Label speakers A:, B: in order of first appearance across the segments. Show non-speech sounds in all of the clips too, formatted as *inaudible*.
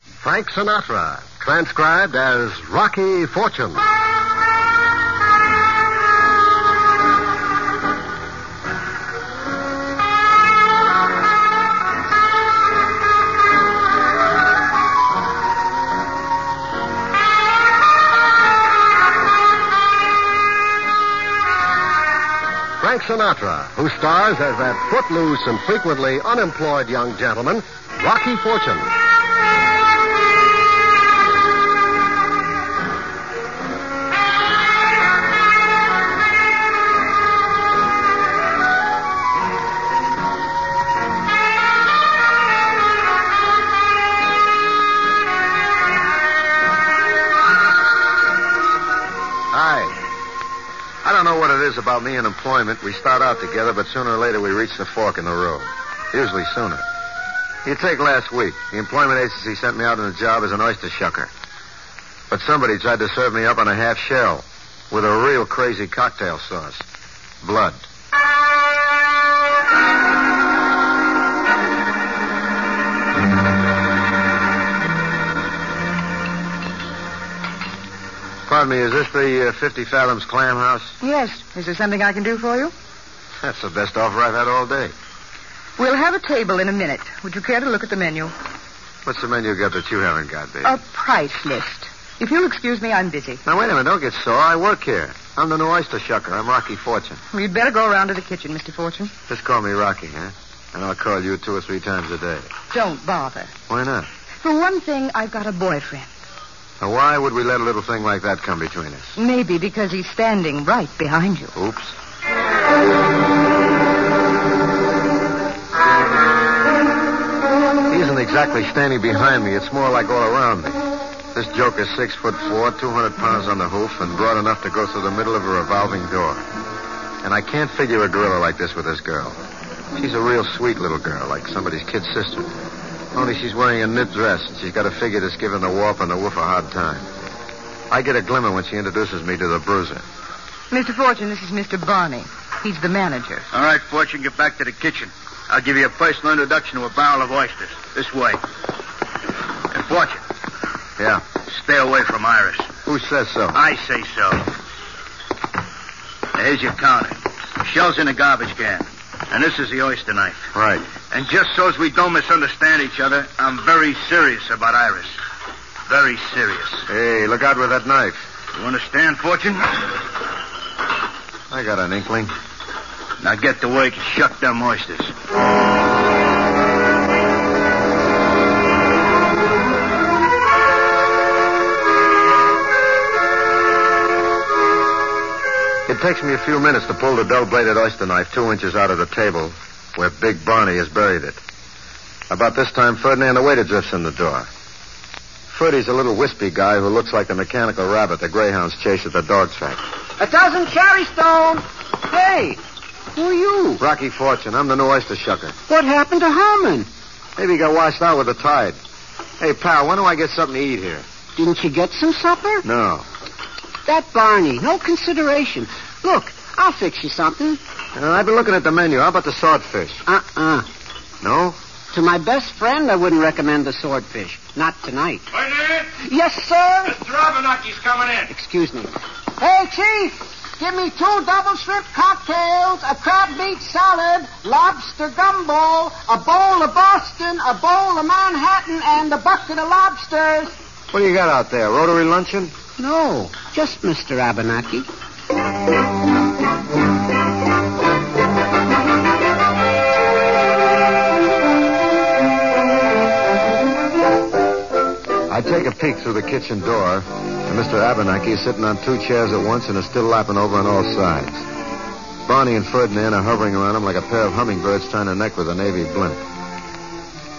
A: Frank Sinatra, transcribed as Rocky Fortune. Frank Sinatra, who stars as that footloose and frequently unemployed young gentleman, Rocky Fortune.
B: Hi. I don't know what it is about me and employment. We start out together, but sooner or later we reach the fork in the road. Usually sooner. You take last week. The employment agency sent me out on a job as an oyster shucker. But somebody tried to serve me up on a half shell with a real crazy cocktail sauce. Blood. Pardon me, is this the uh, 50 Fathoms Clam House? *laughs*
C: Yes. Is there something I can do for you?
B: That's the best offer I've had all day.
C: We'll have a table in a minute. Would you care to look at the menu?
B: What's the menu got that you haven't got, baby?
D: Oh.
C: A price list. If you'll excuse me, I'm busy.
B: Now, wait a minute. Don't get sore. I work here. I'm the new oyster shucker. I'm Rocky Fortune.
C: Well, you'd better go around to the kitchen, Mr. Fortune.
B: Just call me Rocky, huh? And I'll call you two or three times a day.
C: Don't bother.
B: Why not?
C: For one thing, I've got a boyfriend.
B: Now, why would we let a little thing like that come between us?
C: Maybe because he's standing right behind you.
B: Oops. He isn't exactly standing behind me. It's more like all around me. This joker's six foot four, 200 pounds on the hoof, and broad enough to go through the middle of a revolving door. And I can't figure a gorilla like this with this girl. She's a real sweet little girl, like somebody's kid sister. Only she's wearing a knit dress, and she's got a figure that's giving the warp and the woof a hard time. I get a glimmer when she introduces me to the bruiser.
C: Mr. Fortune, this is Mr. Barney. He's the manager.
E: All right, Fortune, get back to the kitchen. I'll give you a personal introduction to a barrel of oysters. This way. And Fortune,
B: Yeah.
E: stay away from Iris.
B: Who says so?
E: I say so. Now, here's your counter. Shell's in a garbage can. And this is the oyster knife.
B: Right.
E: And just so's we don't misunderstand each other, I'm very serious about Iris. Very serious.
B: Hey, look out with that knife.
E: You understand, Fortune?
B: I got an inkling.
E: Now get to work and shuck them oysters.
B: It takes me a few minutes to pull the dull-bladed oyster knife two inches out of the table where Big Barney has buried it. About this time, Ferdinand the waiter drifts in the door. Ferdy's a little wispy guy who looks like the mechanical rabbit the greyhounds chase at the dog track.
C: A thousand cherry stone. Hey, who are you?
B: Rocky Fortune, I'm the new oyster shucker.
C: What happened to Harmon?
B: Maybe he got washed out with the tide. Hey, pal, when do I get something to eat here?
F: Didn't you get some supper?
B: No.
F: That Barney, no consideration. Look, I'll fix you something.
B: Uh, I've been looking at the menu. How about the swordfish?
F: Uh-uh.
B: No?
F: To my best friend, I wouldn't recommend the swordfish. Not tonight.
D: Waiter,
F: Yes, sir.
D: Mr. Abenaki's coming in.
F: Excuse me. Hey, Chief, give me two double shrimp cocktails, a crab meat salad, lobster gumbo, a bowl of Boston, a bowl of Manhattan, and a bucket of lobsters.
B: What do you got out there? Rotary luncheon?
F: No, just Mr. Abenaki.
B: I take a peek through the kitchen door, and Mr. Abenaki is sitting on two chairs at once and is still lapping over on all sides. Barney and Ferdinand are hovering around him like a pair of hummingbirds trying to neck with a Navy blimp.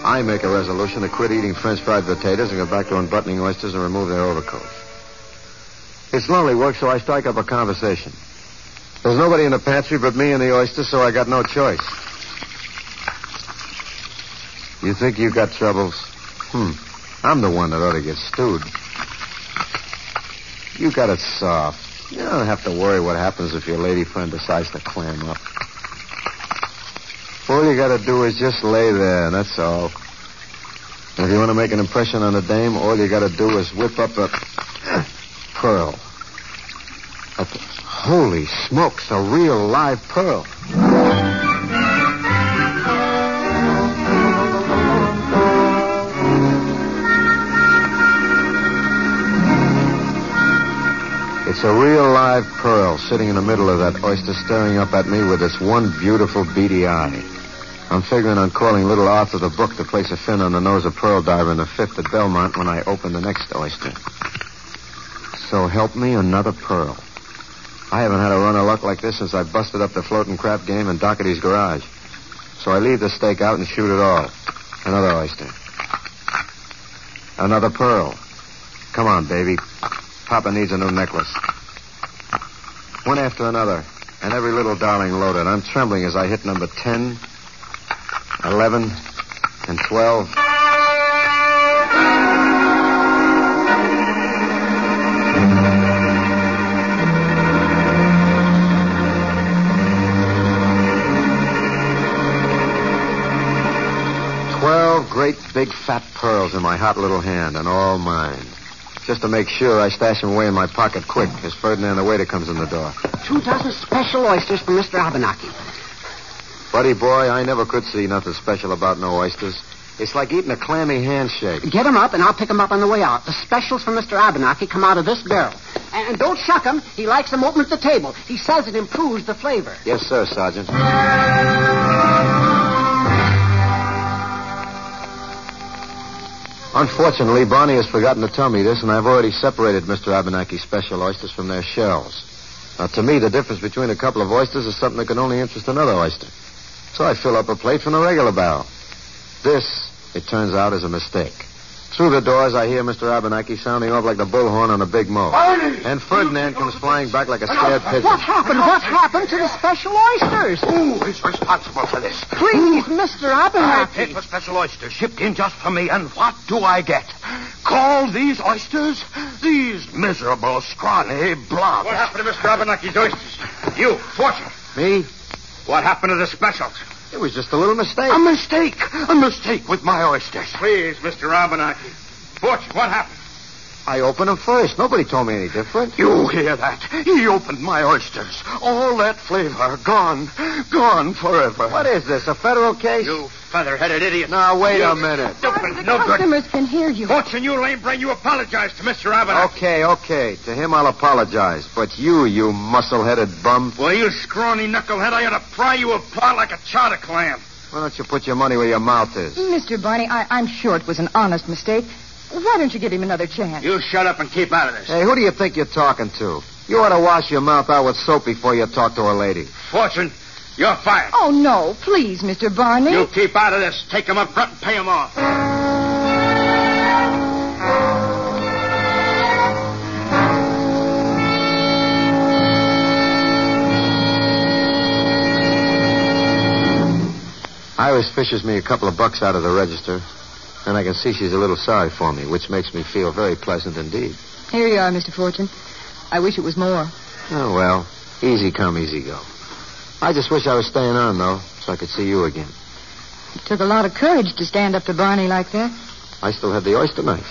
B: I make a resolution to quit eating French fried potatoes and go back to unbuttoning oysters and remove their overcoats. It's lonely work, so I strike up a conversation. There's nobody in the pantry but me and the oysters, so I got no choice. You think you got troubles? Hmm. I'm the one that ought to get stewed. You got it soft. You don't have to worry what happens if your lady friend decides to clam up. All you got to do is just lay there, and that's all. If you want to make an impression on a dame, all you got to do is whip up a *clears throat* pearl. A- holy smokes, a real live pearl. It's a real live pearl sitting in the middle of that oyster staring up at me with its one beautiful beady eye. I'm figuring on calling little Arthur the book to place a fin on the nose of Pearl Diver in the fifth at Belmont when I open the next oyster. So help me another pearl. I haven't had a run of luck like this since I busted up the floating crap game in Doherty's garage. So I leave the stake out and shoot it all. Another oyster. Another pearl. Come on, baby. Papa needs a new necklace. One after another, and every little darling loaded. I'm trembling as I hit number 10, 11, and 12. Twelve great big fat pearls in my hot little hand, and all mine. Just to make sure, I stash them away in my pocket quick as Ferdinand the waiter comes in the door.
F: Two dozen special oysters for Mr. Abenaki.
B: Buddy boy, I never could see nothing special about no oysters. It's like eating a clammy handshake.
F: Get 'em up, and I'll pick 'em up on the way out. The specials for Mr. Abenaki come out of this barrel. And, and don't shuck 'em. He likes 'em open at the table. He says it improves the flavor.
B: Yes, sir, Sergeant. Unfortunately, Bonnie has forgotten to tell me this, and I've already separated Mr. Abenaki's special oysters from their shells. Now, to me, the difference between a couple of oysters is something that can only interest another oyster. So I fill up a plate from the regular barrel. This, it turns out, is a mistake. Through the doors, I hear Mr. Abenaki sounding off like the bullhorn on a big mow.
C: Bonnie!
B: And Ferdinand comes flying back like a scared pigeon.
F: What happened? What happened to the special oysters?
C: Who is responsible for this?
F: Please, Mr.
C: I
F: Abenaki.
C: paid for special oysters shipped in just for me, and what do I get? Call these oysters? These miserable, scrawny blobs.
E: What happened to Mr. Abenaki's oysters? You, Fortune.
B: Me?
E: What happened to the specials?
B: It was just a little mistake.
C: A mistake. A mistake with my oysters.
E: Please, Mr. Abenaki. Fortune, what happened?
B: I opened them first. Nobody told me any different.
C: You hear that? He opened my oysters. All that flavor gone. Gone forever.
B: What is this, a federal case?
E: You feather-headed idiot.
B: Now, wait
E: You
B: a minute.
E: Stupid, no Oh. good.
F: can hear you.
E: Fortune, you lame brain, you apologize to Mr. Abenaki.
B: Okay, okay. To him, I'll apologize. But you, you muscle-headed bum,
E: Well, you scrawny knucklehead, I ought to pry you apart like a chowder clam.
B: why don't you put your money where your mouth is?
D: Mr. Barney, I, I'm sure it was an honest mistake. Why don't you give him another chance?
E: You shut up and keep out of this.
B: Hey, who do you think you're talking to? You ought to wash your mouth out with soap before you talk to a lady.
E: Fortune, you're fired.
D: Oh, no. Please, Mr. Barney.
E: You keep out of this. Take them up front and pay them off.
B: Iris fishes me a couple of bucks out of the register, and I can see she's a little sorry for me, which makes me feel very pleasant indeed.
D: Here you are, Mr. Fortune. I wish it was more.
B: Oh, well. Easy come, easy go. I just wish I was staying on, though, so I could see you again.
D: It took a lot of courage to stand up to Barney like that. Oh,
B: I still had the oyster knife.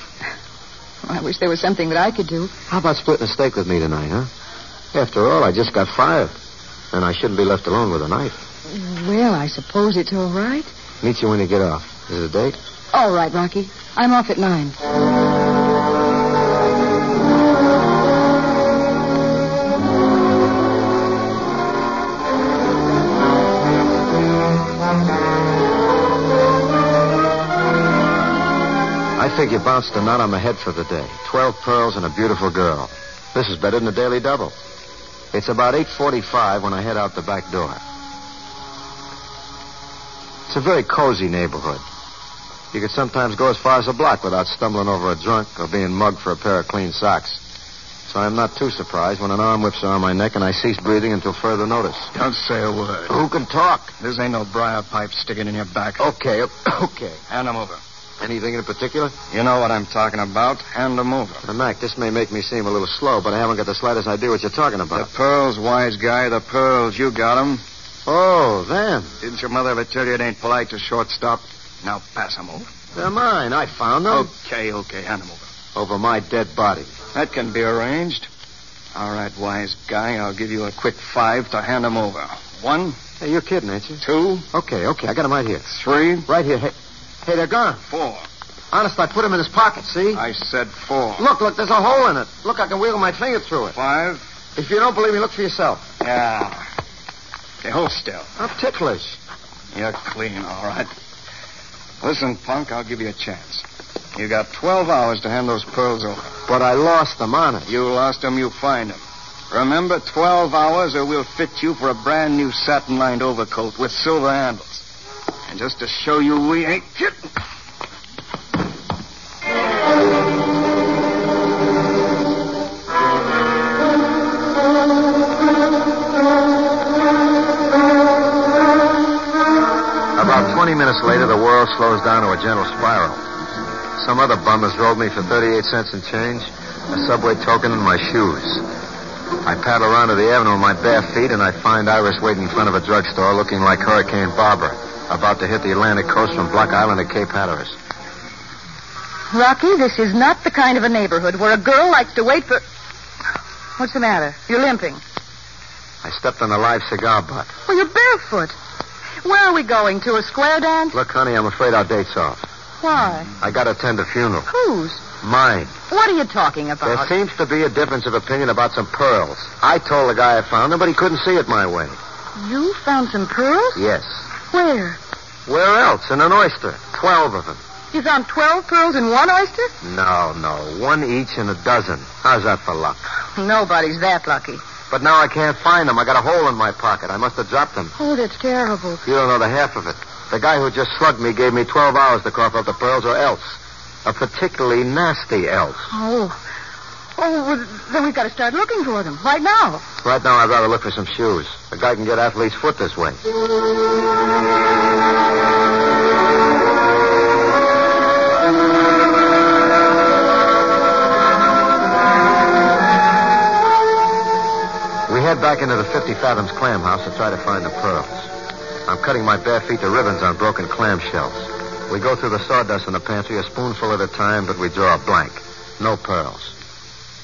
D: I wish there was something that I could do.
B: How about splitting a steak with me tonight, huh? After all, I just got fired. And I shouldn't be left alone with a knife.
D: Well, I suppose it's all right.
B: Meet you when you get off. Is it a date?
D: All right, Rocky. I'm off at nine.
B: I figure bounced a nut on the head for the day. Twelve pearls and a beautiful girl. This is better than the daily double. It's about 8.45 when I head out the back door. It's a very cozy neighborhood. You could sometimes go as far as a block without stumbling over a drunk or being mugged for a pair of clean socks. So I'm not too surprised when an arm whips around my neck and I cease breathing until further notice.
G: Don't say a word.
B: Who can talk?
G: This ain't no briar pipe sticking in your back.
B: Okay, *coughs* okay.
G: Hand 'em over.
B: Anything in particular?
G: You know what I'm talking about. Hand 'em over.
B: Now, Mac, this may make me seem a little slow, but I haven't got the slightest idea what you're talking
G: The
B: about.
G: pearls, wise guy, the pearls. You got 'em.
B: Oh, them.
G: Didn't your mother ever tell you it ain't polite to shortstop? Now pass 'em over.
B: They're mine. I found them.
G: Okay, okay, hand them over.
B: Over my dead body.
G: That can be arranged. All right, wise guy, I'll give you a quick five to hand them over. One,
B: Hey, you're kidding, ain't you?
G: two,
B: Okay, okay. I got them right here.
G: three,
B: Right here. Hey, hey they're gone.
G: four.
B: Honest, I put them in his pocket, see?
G: I said four.
B: Look, look, there's a hole in it. Look, I can wiggle my finger through it.
G: Five.
B: If you don't believe me, look for yourself.
G: Yeah. Okay, hold still.
B: I'm ticklish.
G: You're clean, all right. Listen, punk, I'll give you a chance. You got 12 hours to hand those pearls over.
B: But I lost them, honest.
G: You lost 'em, you find 'em. Remember, 12 hours or we'll fit you for a brand new satin lined overcoat with silver handles. And just to show you we ain't kidding.
B: About 20 minutes later, the world slows down to a gentle spiral. Some other bum has rolled me for 38 cents in change, a subway token, and my shoes. I paddle around to the avenue on my bare feet, and I find Iris waiting in front of a drugstore looking like Hurricane Barbara, about to hit the Atlantic coast from Block Island to Cape Hatteras.
D: Rocky, this is not the kind of a neighborhood where a girl likes to wait for. What's the matter? You're limping.
B: I stepped on a live cigar butt.
D: Well, you're barefoot. Where are we going? To a square dance?
B: Look, honey, I'm afraid our date's off.
D: Why?
B: I gotta attend a funeral.
D: Whose?
B: Mine.
D: What are you talking
B: There
D: about?
B: seems to be a difference of opinion about some pearls. I told the guy I found them, but he couldn't see it my way.
D: You found some pearls?
B: Yes.
D: Where?
B: Where else? In an oyster. Twelve of them.
D: You found 12 pearls in one oyster?
B: No, no. One each in a dozen. How's that for luck?
D: Nobody's that lucky.
B: But now I can't find them. I got a hole in my pocket. I must have dropped them.
D: Oh, that's terrible.
B: You don't know the half of it. The guy who just slugged me gave me 12 hours to cough up the pearls or else. A particularly nasty else.
D: Oh. Oh, well, then we've got to start looking for them right now.
B: Right now, I'd rather look for some shoes. A guy can get athlete's foot this way. We head back into the 50 Fathoms clam house to try to find the pearls. I'm cutting my bare feet to ribbons on broken clam shells. We go through the sawdust in the pantry a spoonful at a time, but we draw a blank. No pearls.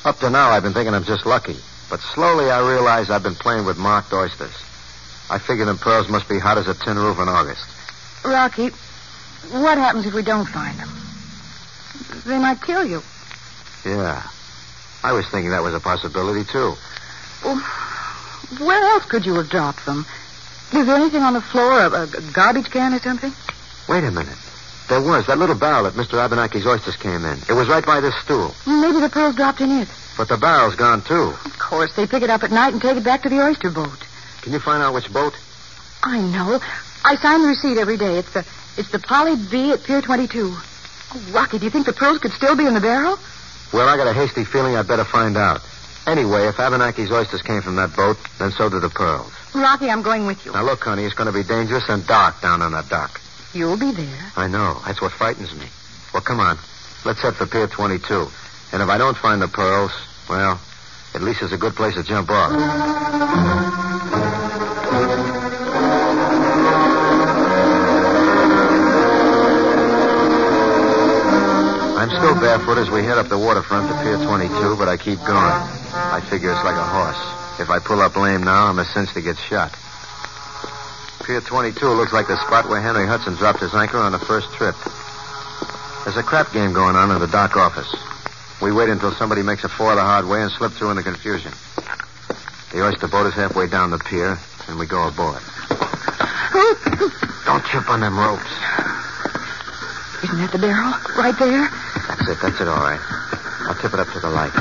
B: Up to now, I've been thinking I'm just lucky. But slowly I realize I've been playing with marked oysters. I figure them pearls must be hot as a tin roof in August.
D: Rocky, what happens if we don't find them? They might kill you.
B: Yeah. I was thinking that was a possibility, too.
D: Well, where else could you have dropped them? Is there anything on the floor, a, a garbage can or something?
B: Wait a minute. There was that little barrel that Mr. Abernathy's oysters came in. It was right by this stool.
D: Maybe the pearls dropped in it.
B: But the barrel's gone, too.
D: Of course, they pick it up at night and take it back to the oyster boat.
B: Can you find out which boat?
D: I know. I sign the receipt every day. It's the it's the Polly B at Pier 22. Oh, Rocky, do you think the pearls could still be in the barrel?
B: Well, I got a hasty feeling I'd better find out. Anyway, if Abernathy's oysters came from that boat, then so did the pearls.
D: Rocky, I'm going with you.
B: Now, look, honey, it's going to be dangerous and dark down on that dock.
D: You'll be there.
B: I know. That's what frightens me. Well, come on. Let's head for Pier 22. And if I don't find the pearls, well, at least it's a good place to jump off. I'm still barefoot as we head up the waterfront to Pier 22, but I keep going. I figure it's like a horse. If I pull up lame now, I'm a cinch to get shot. Pier 22 looks like the spot where Henry Hudson dropped his anchor on the first trip. There's a crap game going on in the dock office. We wait until somebody makes a four the hard way and slip through in the confusion. The oyster boat is halfway down the pier, and we go aboard. Don't trip on them ropes.
D: Isn't that the barrel? Right there?
B: That's it, that's it, all right. I'll tip it up to the light.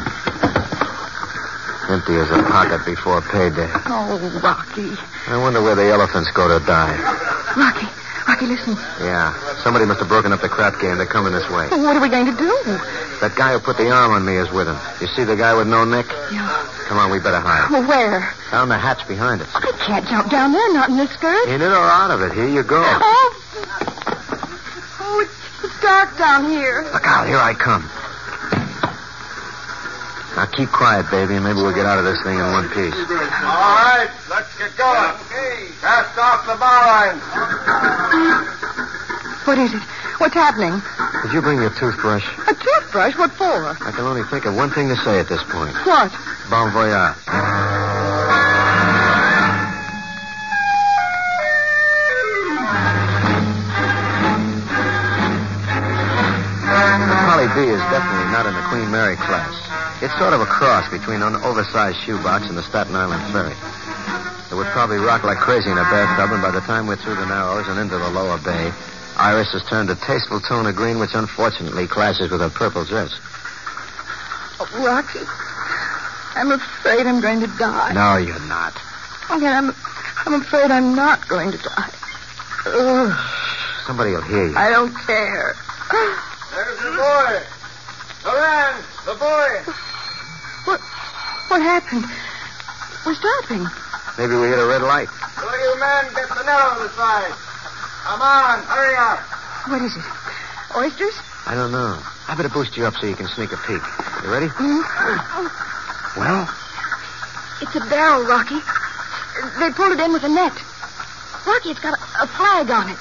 B: Empty as a pocket before payday.
D: Oh, Rocky.
B: I wonder where the elephants go to die.
D: Rocky, Rocky, listen.
B: Yeah, somebody must have broken up the crap game. They're coming this way.
D: Well, what are we going to do?
B: That guy who put the arm on me is with him. You see the guy with no neck?
D: Yeah.
B: Come on, we better hide.
D: Well, where?
B: Down the hatch behind us.
D: I can't jump down there, not in this skirt.
B: In it or out of it, here you go.
D: Oh. Oh, it's- it's dark down here.
B: Look out, here I come. Now keep quiet, baby, and maybe we'll get out of this thing in one piece.
C: All right, let's get going. Cast off the bowline.
D: What is it? What's happening?
B: Did you bring your toothbrush?
D: A toothbrush? What for?
B: I can only think of one thing to say at this point.
D: What?
B: Bon voyage. Polly B is definitely not in the Queen Mary class. It's sort of a cross between an oversized shoebox and the Staten Island ferry. It would probably rock like crazy in a bathtub, and by the time we're through the Narrows and into the lower bay, Iris has turned a tasteful tone of green which unfortunately clashes with her purple dress.
D: Oh, Rocky, I'm afraid I'm going to die.
B: No, you're not.
D: Okay, I'm, I'm afraid I'm not going to die. Ugh,
B: Somebody will hear you.
D: I don't care.
G: There's the boy. Loran, the boy.
D: What, what happened? We're stopping.
B: Maybe we hit a red light.
G: Will you men get the narrow side? Come on, hurry up.
D: What is it? Oysters?
B: I don't know. I better boost you up so you can sneak a peek. You ready?
D: Mm-hmm.
B: Well,
D: It's a barrel, Rocky. They pulled it in with a net. Rocky, it's got a, a flag on it.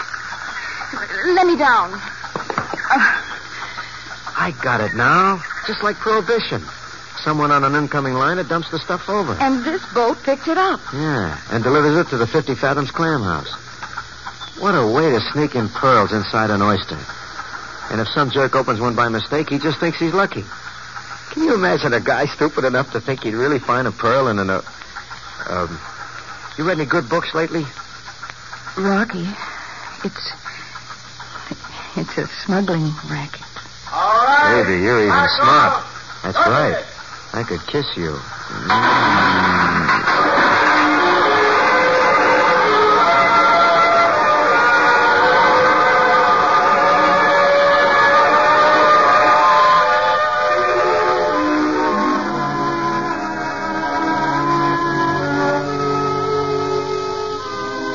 D: Let me down. Uh,
B: I got it now. Just like prohibition. Someone on an incoming line, it dumps the stuff over.
D: and this boat picked it up.
B: Yeah, and delivers it to the 50 Fathoms Clam House. What a way to sneak in pearls inside an oyster. And if some jerk opens one by mistake, he just thinks he's lucky. Can you imagine a guy stupid enough to think he'd really find a pearl in an... Uh, um, you read any good books lately?
D: Rocky, it's. It's a smuggling racket.
G: All right.
B: Baby, you're even
G: Back
B: smart.
G: off.
B: That's
G: Look at
B: right.
G: it.
B: I could kiss you.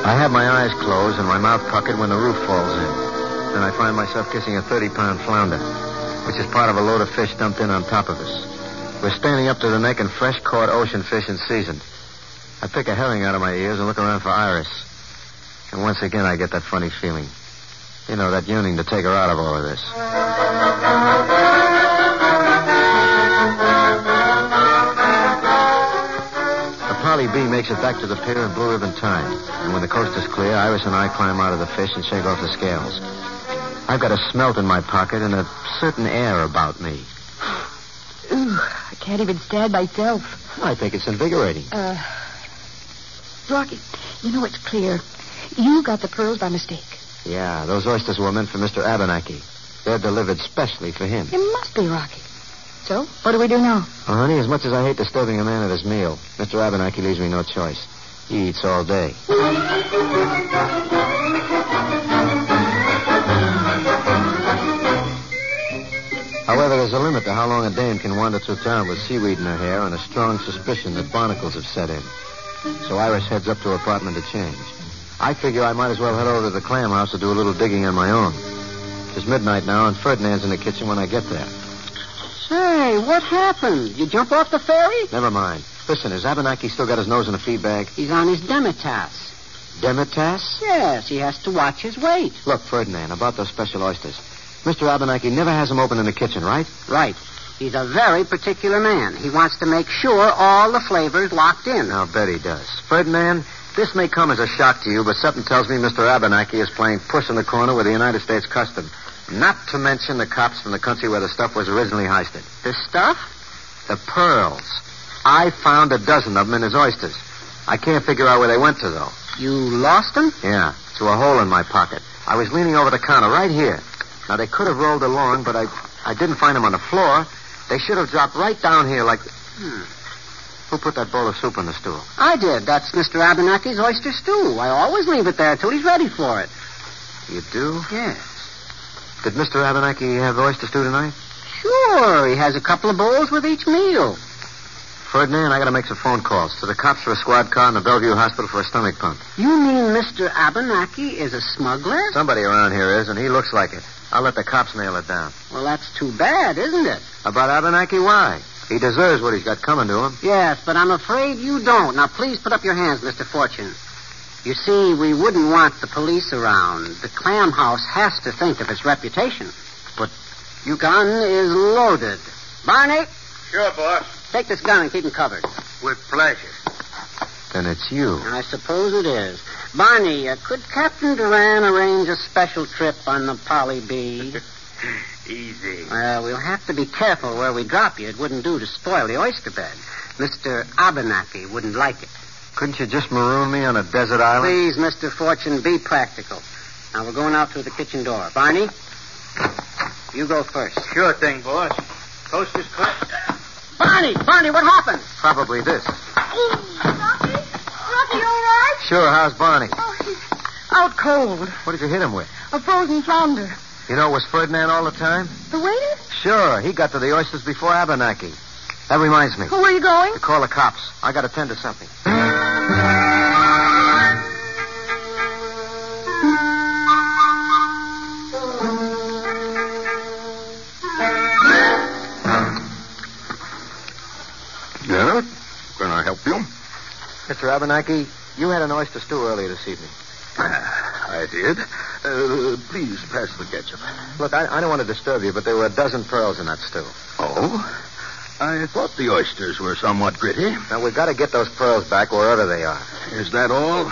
B: I have my eyes closed and my mouth puckered when the roof falls in. Then I find myself kissing a 30 pound flounder, which is part of a load of fish dumped in on top of us. We're standing up to the neck in fresh caught ocean fish and seasoned. I pick a herring out of my ears and look around for Iris. And once again, I get that funny feeling. You know, that yearning to take her out of all of this. The Polly B makes it back to the pier in Blue Ribbon time. And when the coast is clear, Iris and I climb out of the fish and shake off the scales. I've got a smelt in my pocket and a certain air about me.
D: Ooh, I can't even stand myself.
B: I think it's invigorating.
D: Uh, Rocky, you know it's clear. You got the pearls by mistake.
B: Yeah, those oysters were meant for Mr. Abenaki. They're delivered specially for him.
D: It must be Rocky. So, what do we do now?
B: Oh, honey, as much as I hate disturbing a man at his meal, Mr. Abenaki leaves me no choice. He eats all day. However, there's a limit to how long a dame can wander through town with seaweed in her hair and a strong suspicion that barnacles have set in. So Iris heads up to her apartment to change. I figure I might as well head over to the clam house to do a little digging on my own. It's midnight now, and Ferdinand's in the kitchen when I get there.
F: Say, what happened? You jump off the ferry?
B: Never mind. Listen, has Abenaki still got his nose in a feed bag?
F: He's on his Demitas.
B: Demetas?
F: Yes, he has to watch his weight.
B: Look, Ferdinand, about those special oysters. Mr. Abenaki never has them open in the kitchen, right?
F: Right. He's a very particular man. He wants to make sure all the flavors locked in.
B: Now, bet he does. Ferdinand, this may come as a shock to you, but something tells me Mr. Abenaki is playing puss in the corner with the United States Customs. Not to mention the cops from the country where the stuff was originally heisted.
F: The stuff?
B: The pearls. I found a dozen of them in his oysters. I can't figure out where they went to, though.
F: You lost him?
B: Yeah, through a hole in my pocket. I was leaning over the counter right here. Now, they could have rolled along, but I, I didn't find them on the floor. They should have dropped right down here like... Hmm. Who put that bowl of soup on the stool?
F: I did. That's Mr. Abenaki's oyster stew. I always leave it there till he's ready for it.
B: You do?
F: Yes.
B: Did Mr. Abenaki have oyster stew tonight?
F: Sure, he has a couple of bowls with each meal.
B: Ferdinand, I gotta make some phone calls. To the cops for a squad car and the Bellevue Hospital for a stomach pump.
F: You mean Mr. Abenaki is a smuggler?
B: Somebody around here is, and he looks like it. I'll let the cops nail it down.
F: Well, that's too bad, isn't it?
B: About Abenaki, why? He deserves what he's got coming to him.
F: Yes, but I'm afraid you don't. Now, please put up your hands, Mr. Fortune. You see, we wouldn't want the police around. The clam house has to think of its reputation. But your gun is loaded. Barney,
E: Sure, boss.
F: take this gun and keep him covered.
E: With pleasure.
B: Then it's you.
F: I suppose it is. Barney, uh, could Captain Duran arrange a special trip on the Polly B?
E: Easy.
F: Well, we'll have to be careful where we drop you. It wouldn't do to spoil the oyster bed. Mr. Abenaki wouldn't like it.
B: Couldn't you just maroon me on a desert island?
F: Please, Mr. Fortune, be practical. Now, we're going out through the kitchen door. Barney, you go first.
E: Sure thing, boss. Coast is cut.
F: Barney, Barney, what happened?
B: Probably this.
D: Rocky? Rocky, you all right?
B: Sure, how's Barney?
D: Oh, he's out cold.
B: What did you hit him with?
D: A frozen flounder.
B: You know it was Ferdinand all the time?
D: The waiter?
B: Sure, he got to the oysters before Abenaki. That reminds me.
D: Who are you going?
B: To call the cops. I gotta tend to something.
C: Yeah? Can I help you?
B: Mr. Abenaki, you had an oyster stew earlier this evening.
C: Ah, I did. Uh, please pass the ketchup.
B: Look, I, I don't want to disturb you, but there were a dozen pearls in that stew.
C: Oh? I thought the oysters were somewhat gritty.
B: Now, we've got to get those pearls back wherever they are.
C: Is that all?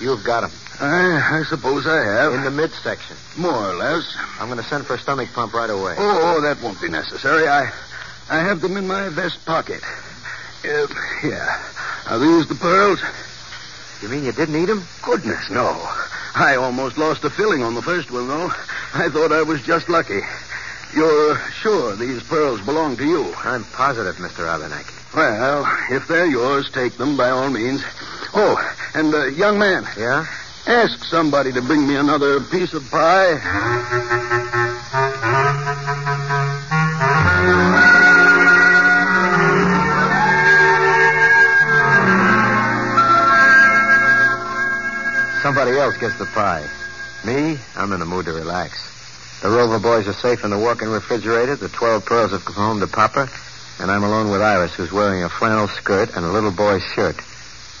B: You've got them.
C: I, I suppose I have.
B: In the midsection.
C: More or less.
B: I'm going to send for a stomach pump right away.
C: Oh, oh, that won't be necessary. I, I have them in my vest pocket. Uh, yeah. Are these the pearls?
B: You mean you didn't eat them?
C: Goodness, no. I almost lost a filling on the first one, though. I thought I was just lucky. You're sure these pearls belong to you?
B: I'm positive, Mr. Abenaki.
C: Well, if they're yours, take them by all means. Oh, and uh, young man,
B: Yeah?
C: ask somebody to bring me another piece of pie.
B: Somebody else gets the pie. Me? I'm in the mood to relax. The Rover boys are safe in the walk-in refrigerator. The 12 pearls have come home to Papa. And I'm alone with Iris, who's wearing a flannel skirt and a little boy's shirt,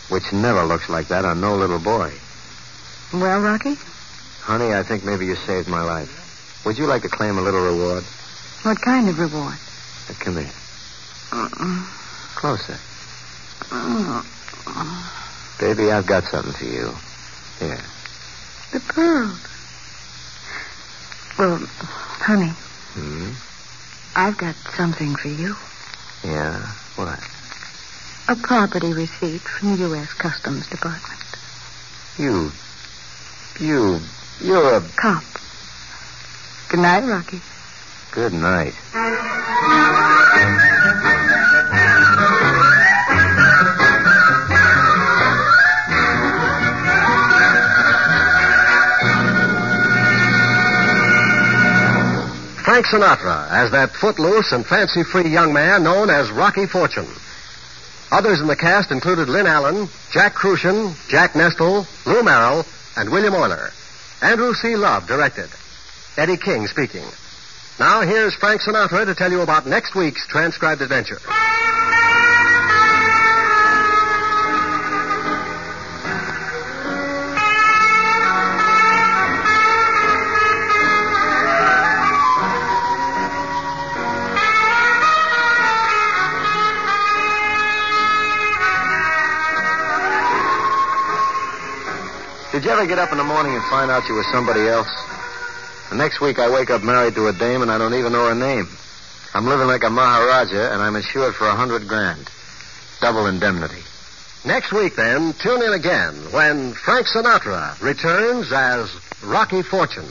B: which never looks like that on no little boy.
D: Well, Rocky,
B: Honey, I think maybe you saved my life. Would you like to claim a little reward?
D: what kind of reward?
B: Uh, Come here. Closer. Baby, I've got something for you. Here.
D: The pearls. Well, honey,
B: Hmm?
D: I've got something for you.
B: Yeah? What?
D: A property receipt from the U.S. Customs Department.
B: You. You. You're a.
D: Cop. Good night, Rocky.
B: Good night.
H: Frank Sinatra as that footloose and fancy free young man known as Rocky Fortune. Others in the cast included Lynn Allen, Jack Crucian, Jack Nestle, Lou Merrill, and William Euler. Andrew C. Love directed. Eddie King speaking. Now here's Frank Sinatra to tell you about next week's transcribed adventure.
B: Did you ever get up in the morning and find out you were somebody else? The next week I wake up married to a dame and I don't even know her name. I'm living like a Maharaja and I'm insured for a hundred grand. Double indemnity.
H: Next week, then, tune in again when Frank Sinatra returns as Rocky Fortune.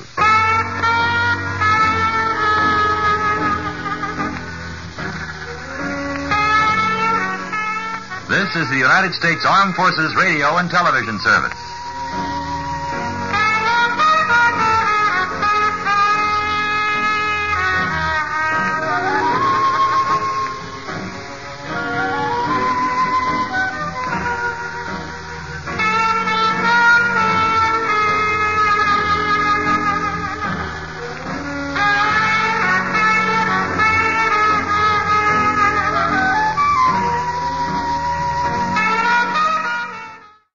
I: This is the United States Armed Forces Radio and Television Service.